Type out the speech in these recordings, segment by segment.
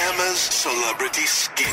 Emma's celebrity skin.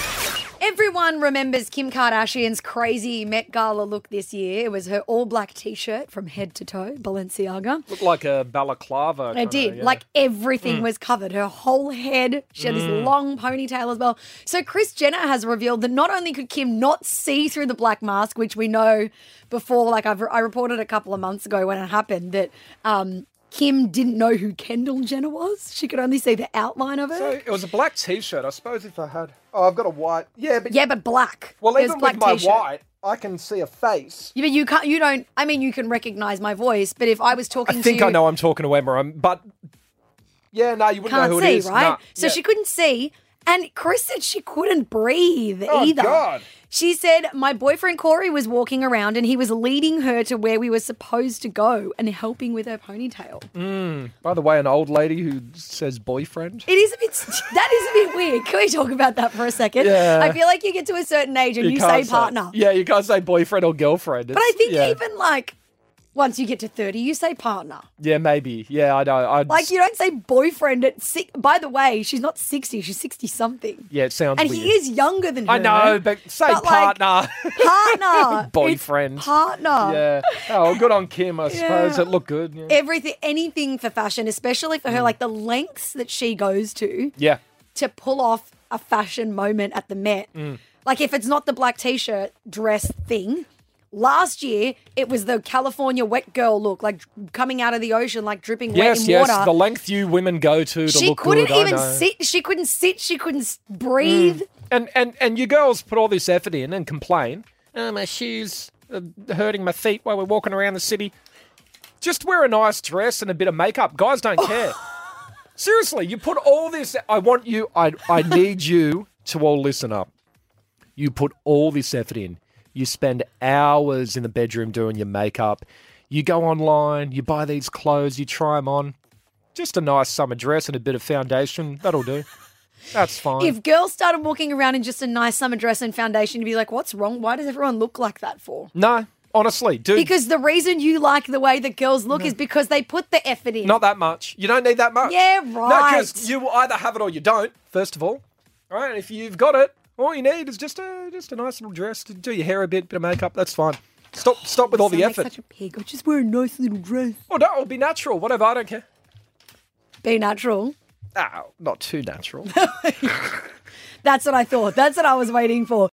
Everyone remembers Kim Kardashian's crazy Met Gala look this year. It was her all black t shirt from head to toe, Balenciaga. Looked like a balaclava. I kinda, did. yeah. Like Mm. everything was covered. Her whole head. She had this long ponytail as well. So Chris Jenner has revealed that not only could Kim not see through the black mask, which we know before, like I've, I reported a couple of months ago when it happened, that um, Kim didn't know who Kendall Jenner was. She could only see the outline of her. So it was a black T-shirt. I suppose if I had, oh, I've got a white. Yeah, but yeah, but black. well, It was even black with my t-shirt. white, I can see a face. Yeah, but you can't. You don't. I mean, you can recognize my voice, but if I was talking I think to you, I know I'm talking to Emma, um, but yeah, no, you wouldn't can't know who see, it is. right? Nah. So Yeah. she couldn't see, and Chris said she couldn't breathe Oh, either. God. She said, "My boyfriend Corey was walking around, and he was leading her to where we were supposed to go and helping with her ponytail. Mm. By the way, an old lady who says boyfriend. It is a bit. That is a bit weird. Can we talk about that for a second? Yeah. I feel like you get to a certain age and you, say can't partner, Yeah, you can't say boyfriend or girlfriend. but I think yeah. even like once you get to thirty, you say partner. yeah, maybe. Yeah, I know. I Like you don't say boyfriend at six. By the way, she's not sixty; she's sixty something. Yeah, it sounds. and weird. he is younger than her. I know, but say But, like, partner. partner, It's Boyfriend. partner. yeah. Oh, well, good on Kim. I suppose Yeah. it looked good. Yeah. Everything, anything for fashion, especially Mm. for her, like the lengths that she goes to yeah. to pull off a fashion moment at the Met. Mm. Like if it's not the black t-shirt dress thing. Last year, it was the California wet girl look, like coming out of the ocean, like dripping wet in Yes, yes. water. The length you women go to to she look couldn't good. I even know. Mm, sit. She couldn't sit. She couldn't s- breathe. And and and you girls put all this effort in and complain. Oh, my shoes are hurting my feet while we're walking around the city. Just wear a nice dress and a bit of makeup. Guys don't care. Seriously, you put all this. I want you. I I need you to all listen up. You put all this effort in. You spend hours in the bedroom doing your makeup. You go online. You buy these clothes. You try them on. Just a nice summer dress and a bit of foundation. That'll do. That's fine. If girls started walking around in just a nice summer dress and foundation, you'd be like, what's wrong? Why does everyone look like that for? No, honestly, dude. Because the reason you like the way that girls look is because they put the effort in. not that much. You don't need that much. Yeah, No, right. because you will either have it or you don't. First of all, all right. If you've got it, all you need is just a just a nice little dress to do your hair a bit, bit of makeup. That's fine. Stop, stop with all Sound the like effort. such a pig. I just wear a nice little dress. Oh no, it'll be natural. Whatever. I don't care. Be natural. No, not too natural. That's what I thought. That's what I was waiting for.